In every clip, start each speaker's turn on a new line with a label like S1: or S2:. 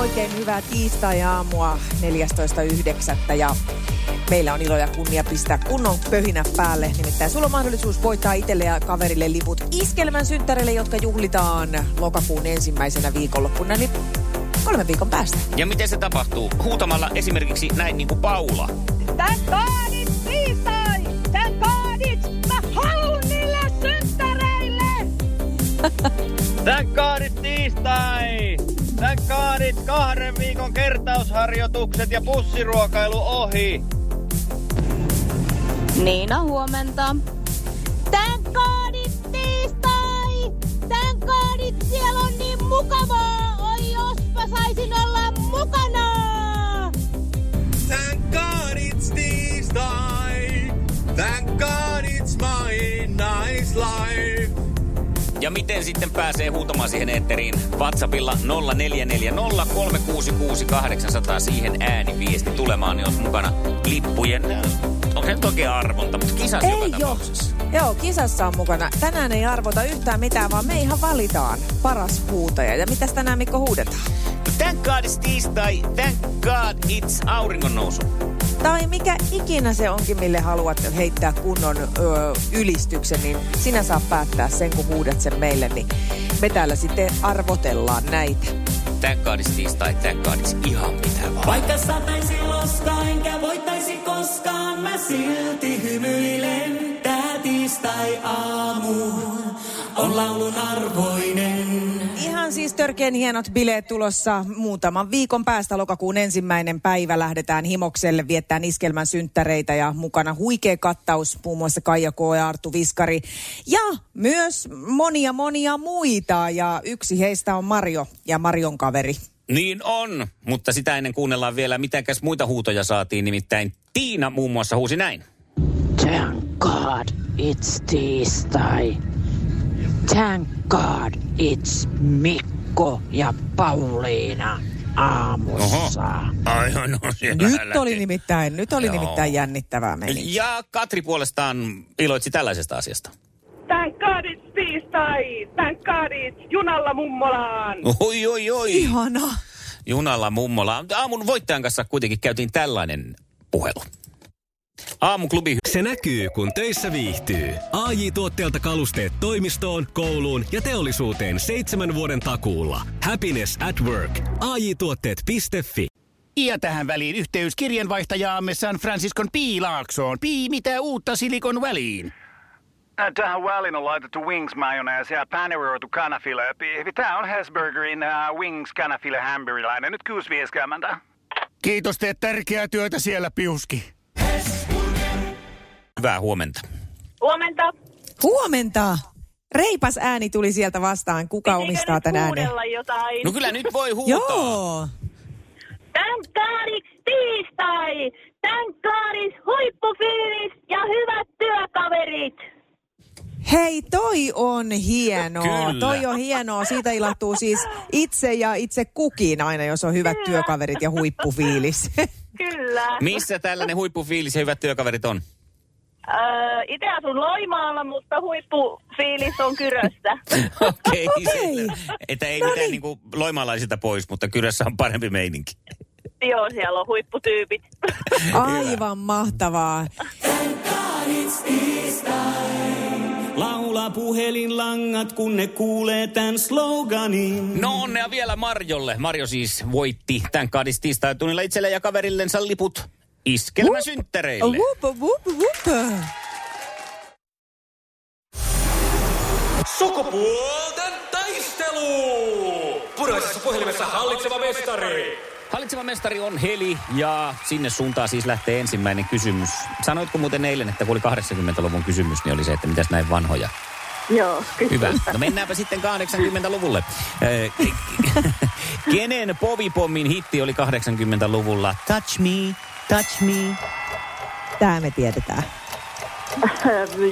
S1: Oikein hyvää tiistai-aamua 14.9. ja meillä on ilo ja kunnia pistää kunnon pöhinä päälle. Nimittäin sulla on mahdollisuus voittaa itselle ja kaverille liput iskelmän synttärille, jotka juhlitaan lokakuun ensimmäisenä viikonloppuna, eli kolme viikon päästä.
S2: Ja miten se tapahtuu? Huutamalla esimerkiksi näin niin kuin Paula.
S3: Tän kaadit tiistai! Tän kaadit! Mä haluun niille synttäreille!
S4: Tänkkaadit tiistai! Tänkkaadit kahden viikon kertausharjoitukset ja pussiruokailu ohi.
S3: Niina, huomenta. Tän kaadit tiistai! Tän kaadit, siellä on niin mukavaa! Oi, jospa saisin olla mukana!
S5: Thank God it's Tuesday. Thank God it's my nice life.
S2: Ja miten sitten pääsee huutamaan siihen eetteriin? WhatsAppilla 0440366800 siihen ääniviesti tulemaan, jos mukana lippujen... äh, On se toki arvonta, mutta kisas
S1: Ei
S2: joka
S1: oo.
S2: tapauksessa.
S1: Joo, kisassa on mukana. Tänään ei arvota yhtään mitään, vaan me ihan valitaan paras huutaja. Ja mitäs tänään Mikko huudetaan?
S2: Thank God it's tiistai, thank God it's auringon nousu.
S1: Tai mikä ikinä se onkin, mille haluat heittää kunnon ö, ylistyksen, niin sinä saa päättää sen, kun huudat sen meille. Niin me täällä sitten arvotellaan näitä.
S2: Thank God it's tiistai, thank God it's ihan mitä vaan.
S6: Vaikka sataisi loskaa, enkä voittaisi koskaan, mä silti hymyilen. Tää tiistai-aamu on laulun arvoinen.
S1: Ihan siis törkeen hienot bileet tulossa muutaman viikon päästä lokakuun ensimmäinen päivä. Lähdetään himokselle, viettään iskelmän synttäreitä ja mukana huikea kattaus, muun muassa Kaija K. ja Arttu Viskari. Ja myös monia monia muita ja yksi heistä on Mario ja Marion kaveri.
S2: Niin on, mutta sitä ennen kuunnellaan vielä, mitäkäs muita huutoja saatiin. Nimittäin Tiina muun muassa huusi näin.
S7: Thank God it's tiistai. Thank God it's Mikko ja Pauliina aamussa.
S2: Ai no, no siellä
S1: Nyt
S2: äläkin.
S1: oli nimittäin, nyt oli
S2: Joo.
S1: nimittäin jännittävää meni.
S2: Ja Katri puolestaan iloitsi tällaisesta asiasta.
S8: Thank God it's tiistai! Thank God it's junalla mummolaan!
S2: Oi, oi, oi.
S1: Ihana.
S2: Junalla mummola. Aamun voittajan kanssa kuitenkin käytiin tällainen puhelu. Aamuklubi
S9: Se näkyy, kun töissä viihtyy. AJ Tuotteelta kalusteet toimistoon, kouluun ja teollisuuteen seitsemän vuoden takuulla. Happiness at work. AJ Tuotteet.fi
S10: Ja tähän väliin yhteys kirjanvaihtajaamme San Franciscon P. Laaksoon. P. Mitä uutta Silikon väliin?
S4: Ä, Äh, Tähän väliin on laitettu wings mayonnaise ja paneroitu kanafila. Tämä on Hesburgerin uh, wings kanafila hamburilainen. Nyt kuusi vieskäämäntä.
S10: Kiitos, teet tärkeää työtä siellä, Piuski.
S2: hyvää huomenta.
S8: Huomenta!
S1: Huomenta. Reipas ääni tuli sieltä vastaan. Kuka omistaa
S8: Pitikö
S1: tän
S8: nyt
S1: äänen?
S8: huudella jotain?
S2: No kyllä nyt voi huutaa.
S1: Joo.
S3: Tän kaadits tiistai! Tän kaadits huippufiilis ja hyvät työkaverit!
S1: Hei, toi on hienoa.
S2: Kyllä.
S1: Toi on hienoa. Siitä ilahtuu siis itse ja itse kukin aina, jos on hyvät työkaverit ja huippufiilis.
S8: Kyllä.
S2: Missä tällainen huippufiilis ja hyvät työkaverit on?
S8: Öö, itse asun Loimaalla, mutta huippufiilis on Kyröstä.
S2: Okei.
S1: Okei. No niin.
S2: se- Että ei mitään niinku loimalaisilta pois, mutta kyrössä on parempi meininki.
S8: Joo, siellä on huipputyypit.
S1: Aivan mahtavaa.
S6: Laula puhelinlangat, kun ne kuulee tän sloganin.
S2: No onnea vielä Marjolle. Marjo siis voitti tämän kaadis tiistai tunnilla itselle ja kaverillensa liput iskelmäsynttäreille.
S1: Whoop, whoop, whoop.
S5: Sukupuolten taistelu! Puraisessa puhelimessa hallitseva mestari.
S2: Hallitseva mestari on Heli ja sinne suuntaan siis lähtee ensimmäinen kysymys. Sanoitko muuten eilen, että kun oli 80-luvun kysymys, niin oli se, että mitäs näin vanhoja?
S8: Joo, kyllä.
S2: Hyvä. No mennäänpä sitten 80-luvulle. Eh, Kenen povipommin hitti oli 80-luvulla? Touch me, touch me.
S1: Tää me tiedetään.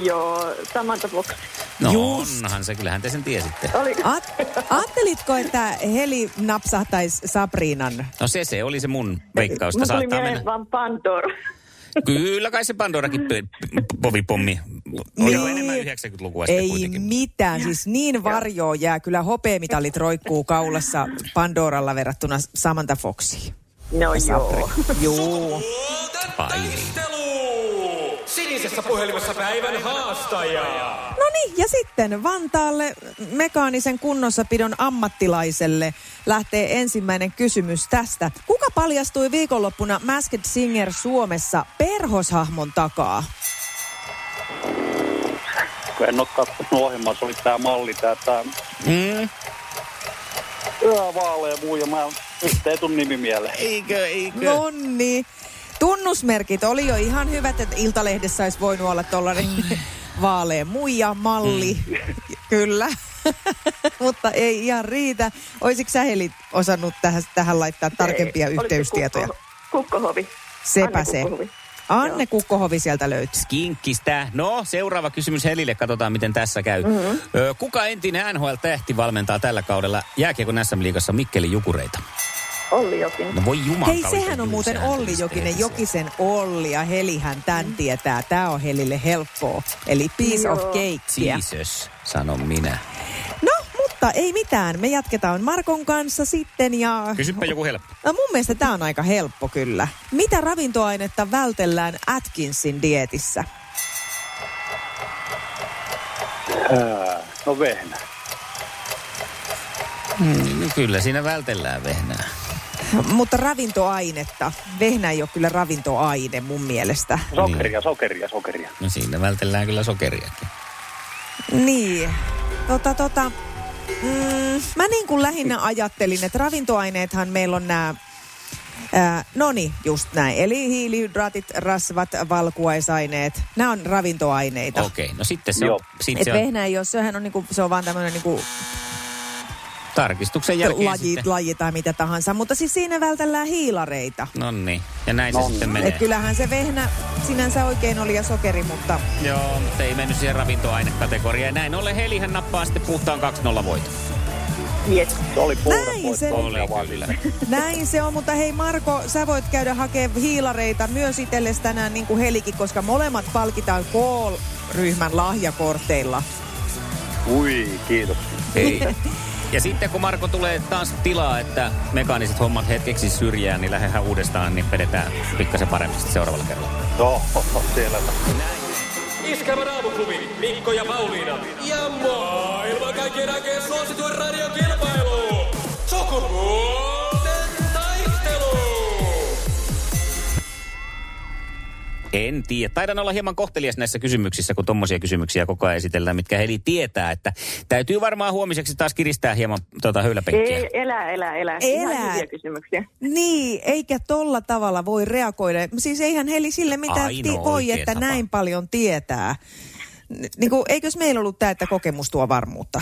S8: Joo, Samantha Fox.
S2: No onhan se, kyllähän te sen tiesitte.
S8: Oli.
S1: Aat, ajattelitko, että Heli napsahtaisi Sabriinan?
S2: No se se oli se mun veikkaus, että
S8: Mun tuli
S2: saattaa
S8: mieleen
S2: mennä.
S8: vaan Pandora.
S2: Kyllä kai se Pandorakin p- p- povipommi oli jo enemmän 90-lukua sitten
S1: Niin. Ei
S2: kuitenkin.
S1: mitään, siis niin varjoa jää. Kyllä hopeamitalit roikkuu kaulassa Pandoralla verrattuna Samantha Foxiin.
S8: No joo.
S1: Joo.
S2: Ai niin.
S5: Sinisessä puhelimessa päivän haastaja.
S1: No niin, ja sitten Vantaalle mekaanisen kunnossapidon ammattilaiselle lähtee ensimmäinen kysymys tästä. Kuka paljastui viikonloppuna Masked Singer Suomessa perhoshahmon takaa?
S11: Kun en ole katsonut ohjelmaa, se oli tää malli, tää, tää
S2: Mm.
S11: Ää, vaalea muu, ja mä nyt ei tuu nimi mieleen.
S2: Eikö, eikö?
S1: Nonni. Tunnusmerkit oli jo ihan hyvät, että Iltalehdessä olisi voinut olla tuollainen vaalea muija malli. Kyllä. Mutta ei ihan riitä. Oisitko sä Heli osannut tähän, tähän laittaa tarkempia
S8: Ei, oliko se
S1: yhteystietoja?
S8: Kukko, kukkohovi.
S1: Sepä
S8: Anne
S1: se.
S8: Kukkohovi.
S1: Anne Kukkohovi sieltä löytyy.
S2: Kinkkistä. No, seuraava kysymys Helille. Katsotaan, miten tässä käy. Mm-hmm. Kuka entinen NHL-tähti valmentaa tällä kaudella jääkiekon SM-liigassa Mikkeli Jukureita?
S8: Olli Jokinen.
S2: No voi jumala.
S1: Hei, sehän on muuten Olli Jokinen, Jokisen Olli ja Helihän
S8: Mm.
S1: tämän tietää. Tämä on Helille helppoa. Eli piece of
S2: Joo.
S1: cakea.
S2: Jesus, sanon minä.
S1: No, mutta ei mitään. Me jatketaan Markon kanssa sitten ja...
S2: Kysypä joku helppo.
S1: No mun mielestä tämä on aika helppo kyllä. Mitä ravintoainetta vältellään Atkinsin dietissä?
S11: Ää, no vehnä.
S2: Mm. No kyllä, siinä vältellään vehnää.
S1: Mutta ravintoainetta. Vehnä ei ole kyllä ravintoaine mun mielestä.
S2: Niin.
S11: Sokeria, sokeria, sokeria.
S2: No siinä vältellään kyllä sokeriakin.
S1: Niin. Tota, tota. Mm, mä niin kuin lähinnä ajattelin, että ravintoaineethan meillä on nämä No niin, just näin. Eli hiilihydraatit, rasvat, valkuaisaineet. Nämä on ravintoaineita.
S2: Okei, okay, no sitten se on, sit
S1: Et
S2: se on
S1: vehnä ei ole, sehän on, niinku, se on vaan tämmöinen niinku
S2: tarkistuksen jälkeen
S1: laji,
S2: sitten.
S1: laji tai mitä tahansa. Mutta siis siinä vältellään hiilareita.
S2: No niin, ja näin se sitten menee.
S1: Et kyllähän se vehnä sinänsä oikein oli ja sokeri, mutta
S2: Joo, mutta ei mennyt siihen ravintoainekategoriaan. Näin ollen Helihän nappaa sitten puhtaan 2-0 voiton.
S8: Yes.
S11: Se oli puhdas
S1: Näin
S11: voitto,
S1: se-
S11: onnea
S2: Oli
S11: vaan
S2: kyllä.
S11: sinne.
S1: Näin se on, mutta hei Marko, sä voit käydä hakemaan hiilareita myös itsellesi tänään niin kuin Helikin, koska molemmat palkitaan Call-ryhmän lahjakorteilla.
S11: Ui, kiitos.
S2: Ei. Ja sitten kun Marko tulee taas tilaa, että mekaaniset hommat hetkeksi syrjään, niin lähdehän uudestaan, niin vedetään pikkasen paremmin sitten seuraavalla kerralla.
S11: No, siellä.
S5: Iskävä raamuklubi, Mikko ja Pauliina. Ja maailman kaikkien aikeen suosituen radiokilpailu. Sukupuolten taistelu.
S2: En tiedä. Taidan olla hieman kohtelias näissä kysymyksissä, kun tommosia kysymyksiä koko ajan esitellään, mitkä Heli tietää, että täytyy varmaan huomiseksi taas kiristää hieman tuota höyläpenkkiä.
S8: Ei, elä, elä,
S1: Elä.
S8: elä. Ihan hyviä kysymyksiä.
S1: Niin, eikä tolla tavalla voi reagoida. Siis eihän Heli sille mitään
S2: Ainoa
S1: ti- voi,
S2: oikea
S1: että
S2: tapa.
S1: näin paljon tietää. N- niin kuin, eikös meillä ollut tämä, että kokemus tuo varmuutta?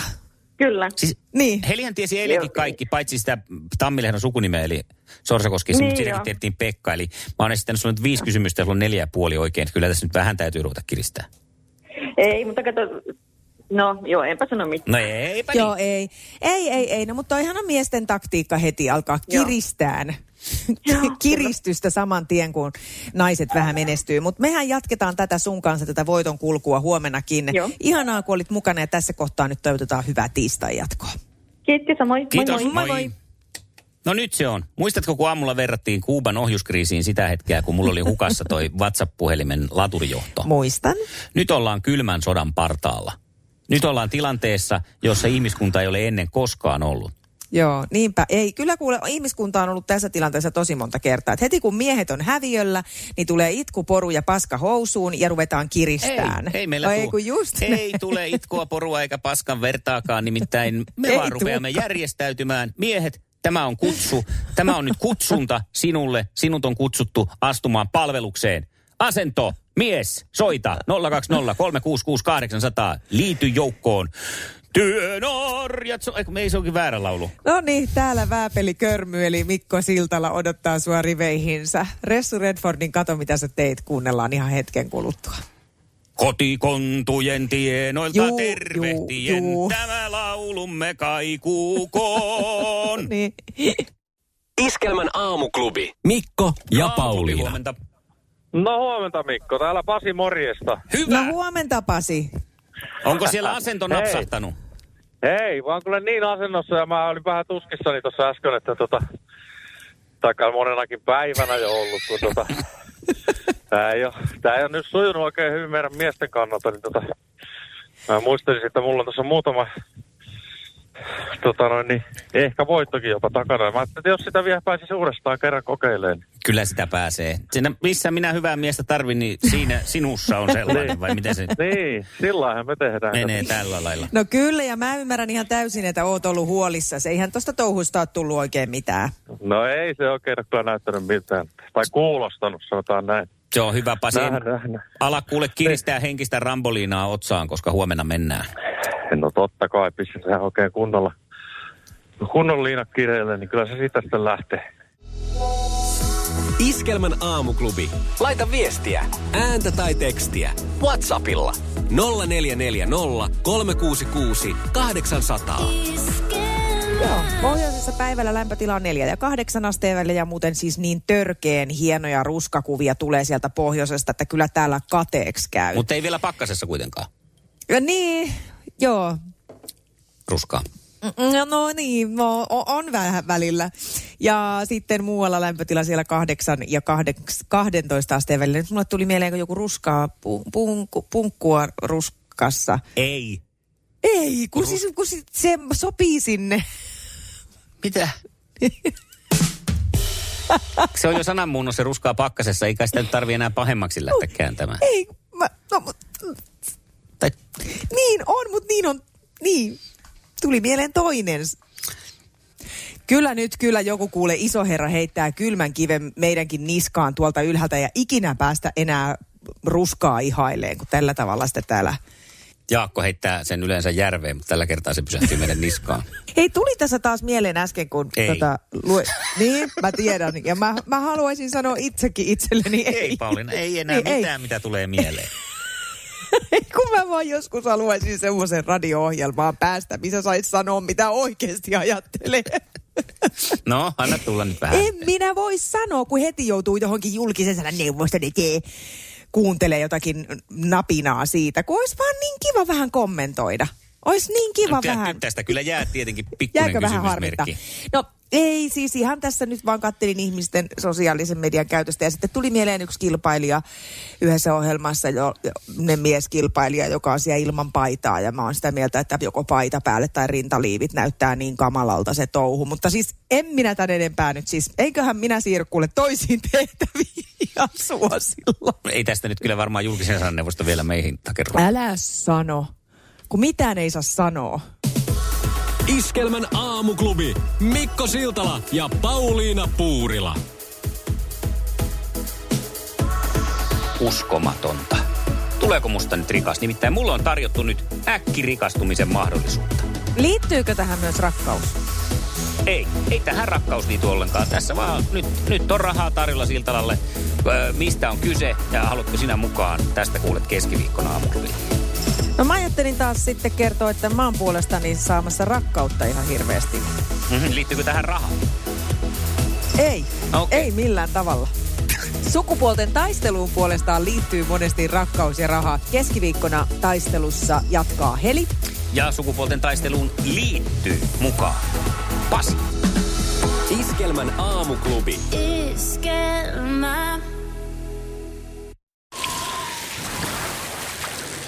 S8: Kyllä.
S2: Siis
S1: Niin.
S2: Helihän tiesi eilenkin kaikki, paitsi sitä Tammilehdon sukunimeä, eli Sorsakoski, niin
S8: Niin
S2: mutta siinäkin
S8: joo.
S2: tiedettiin Pekka. Eli mä oon esittänyt sulle nyt viisi kysymystä, ja sulla on neljä ja puoli oikein. Kyllä tässä nyt vähän täytyy ruveta kiristää.
S8: Ei, mutta kato... No, joo, enpä sano mitään.
S2: No eipä
S1: Joo,
S2: niin.
S1: ei. Ei, ei, ei. No, mutta toihan on miesten taktiikka heti alkaa
S8: Joo.
S1: kiristään.
S8: Joo,
S1: Kiristystä saman tien, kun naiset vähän menestyy. Mutta mehän jatketaan tätä sun kanssa, tätä voiton kulkua huomennakin.
S8: Joo.
S1: Ihanaa, kun olit mukana ja tässä kohtaa nyt toivotetaan hyvää tiistai jatkoa.
S8: Kiitti samoin. Moi,
S2: Kiitos,
S8: moi.
S2: moi. No nyt se on. Muistatko, kun aamulla verrattiin Kuuban ohjuskriisiin sitä hetkeä, kun mulla oli hukassa toi WhatsApp-puhelimen laturijohto?
S1: Muistan.
S2: Nyt ollaan kylmän sodan partaalla. Nyt ollaan tilanteessa, jossa ihmiskunta ei ole ennen koskaan ollut.
S1: Joo, niinpä. Ei, kyllä kuule, ihmiskunta on ollut tässä tilanteessa tosi monta kertaa. Et heti kun miehet on häviöllä, niin tulee itkuporu ja paska housuun ja ruvetaan kiristään. No
S2: Ei, ei meillä
S1: ei,
S2: tuu-
S1: kun just
S2: ei tule itkua porua eikä paskan vertaakaan, nimittäin me
S1: Ei
S2: vaan rupeamme
S1: tulekaan.
S2: järjestäytymään. Miehet, Tämä on kutsu. Tämä on nyt kutsunta sinulle. Sinut on kutsuttu astumaan palvelukseen. Asento, mies, soita 020 366 800. Liity joukkoon. Työn orjat, so- Eiku, me ei se onkin väärä laulu.
S1: No niin, täällä Vääpeli Körmy eli Mikko Siltala odottaa sua riveihinsä. Ressu Redfordin kato, mitä sä teit, kuunnellaan ihan hetken kuluttua.
S2: Kotikontujen tienoilta
S1: Juu,
S2: tervehtien.
S1: juu, juu.
S2: Tämä laulumme kaikuukoon.
S1: niin.
S12: Iskelmän aamuklubi.
S9: Mikko ja
S2: Pauliina. Huomenta.
S4: No huomenta Mikko, täällä Pasi morjesta.
S1: Hyvä. No huomenta Pasi.
S2: Onko siellä asento
S4: Hei.
S2: napsahtanut?
S4: Hei, vaan kyllä niin asennossa ja mä olin vähän tuskissani tuossa äsken, että tota, taikka monenakin päivänä jo ollut, kun tota, tää ei, ole, tää ei ole nyt sujunut oikein hyvin meidän miesten kannalta, niin tota, mä muistelisin, että mulla on tuossa muutama tota noin, niin ehkä voittokin jopa takana. Mä ajattelin, että jos sitä vielä pääsisi uudestaan kerran kokeilemaan. niin-
S2: Kyllä sitä pääsee. Siinä, missä minä hyvää miestä tarvin, niin siinä sinussa on sellainen,
S4: Niin.
S2: vai miten se
S4: Niin, sillä laillahan me tehdään.
S2: menee tällä lailla?
S1: No kyllä, ja mä ymmärrän ihan täysin, että oot ollut huolissa. Se eihän tosta touhusta ole tullut oikein mitään.
S4: No ei se oikein ole kyllä näyttänyt mitään. Tai kuulostanut, sanotaan näin. Niin.
S2: Se on hyvä, Pasi.
S4: Nähdään.
S2: Ala kuule kiristää henkistä ramboliinaa otsaan, koska huomenna mennään.
S4: No totta kai, pistetään oikein kunnolla. Kunnon liinat kireille, niin kyllä se siitä sitten lähtee.
S9: Iskelmän aamuklubi. Laita viestiä, ääntä tai tekstiä. Whatsappilla 0440 366 800.
S1: Joo, pohjoisessa päivällä lämpötila on 4 ja 8 asteen välillä ja muuten siis niin törkeen hienoja ruskakuvia tulee sieltä pohjoisesta, että kyllä täällä kateeksi käy.
S2: Mutta ei vielä pakkasessa kuitenkaan.
S1: Ja niin, joo.
S2: Ruskaa.
S1: Mm, No niin, no, o- on vähän välillä. Ja sitten muualla lämpötila siellä 8 ja kahdeks- 12 asteen välillä. Nyt mulle tuli mieleen, kun joku ruskaa pu- punku- punkkua ruskassa.
S2: Ei.
S1: Ei, kun, siis, kun si- se sopii sinne.
S2: Mitä? Se on jo sananmuunnos se ruskaa pakkasessa, eikä sitä nyt tarvi enää pahemmaksi lähteä kääntämään.
S1: Ei, mä, no, mut,
S2: Tai-
S1: niin on, mutta niin on, niin. Tuli mieleen toinen. Kyllä nyt kyllä joku kuule iso herra heittää kylmän kiven meidänkin niskaan tuolta ylhäältä ja ikinä päästä enää ruskaa ihaileen, kun tällä tavalla sitä täällä.
S2: Jaakko heittää sen yleensä järveen, mutta tällä kertaa se pysähtyy meidän niskaan.
S1: Hei, tuli tässä taas mieleen äsken, kun
S2: Ei.
S1: tota, lue... Niin, mä tiedän. Ja mä, mä haluaisin sanoa itsekin itselleni ei.
S2: Ei Pauliina, ei enää
S1: Niin, Ei, ei.
S2: mitään, mitä tulee mieleen.
S1: Ei, kun mä vaan joskus haluaisin semmoisen radio-ohjelmaan päästä, missä saisi sanoa, mitä oikeasti ajattelee.
S2: No, anna tulla nyt vähän.
S1: en minä voi sanoa, kun heti joutuu johonkin julkisen sanan neuvoston eteen kuuntelee jotakin napinaa siitä, kun olisi vaan niin kiva vähän kommentoida. Olisi niin kiva
S2: Tää-
S1: vähän.
S2: nyt Tästä kyllä jää tietenkin pikkuinen
S1: Jääkö vähän harmittaa?
S2: kysymysmerkki.
S1: No ei, siis ihan tässä nyt vaan kattelin ihmisten sosiaalisen median käytöstä ja sitten tuli mieleen yksi kilpailija yhdessä ohjelmassa, jo, jo- ne mieskilpailija, joka on siellä ilman paitaa ja mä oon sitä mieltä, että joko paita päälle tai rintaliivit näyttää niin kamalalta se touhu, mutta siis en minä tän enempää nyt siis, eiköhän minä Sirkulle toisiin tehtäviin ja suosilla.
S2: No, Ei tästä nyt kyllä varmaan julkisen sanan neuvosto vielä meihin takerru.
S1: Älä sano, kun mitään ei saa sanoa.
S9: Iskelmän aamuklubi. Mikko Siltala ja Pauliina Puurila.
S2: Uskomatonta. Tuleeko musta nyt rikas? Nimittäin mulla on tarjottu nyt äkkirikastumisen mahdollisuutta.
S1: Liittyykö tähän myös rakkaus?
S2: Ei, ei tähän rakkaus liity ollenkaan. Tässä vaan nyt, nyt on rahaa tarjolla Siltalalle. Öö, mistä on kyse ja haluatko sinä mukaan? Tästä kuulet keskiviikkona aamuklubilla.
S1: No mä ajattelin taas sitten kertoa, että mä oon puolestani saamassa rakkautta ihan hirveästi.
S2: Mhm, Liittyykö tähän rahaa?
S1: Ei,
S2: Okei.
S1: okay. ei millään tavalla. Sukupuolten taisteluun puolestaan liittyy monesti rakkaus ja raha. Keskiviikkona taistelussa jatkaa Heli.
S2: Ja sukupuolten taisteluun liittyy mukaan. Pasi.
S9: Iskelmän aamuklubi.
S13: Iskelmä.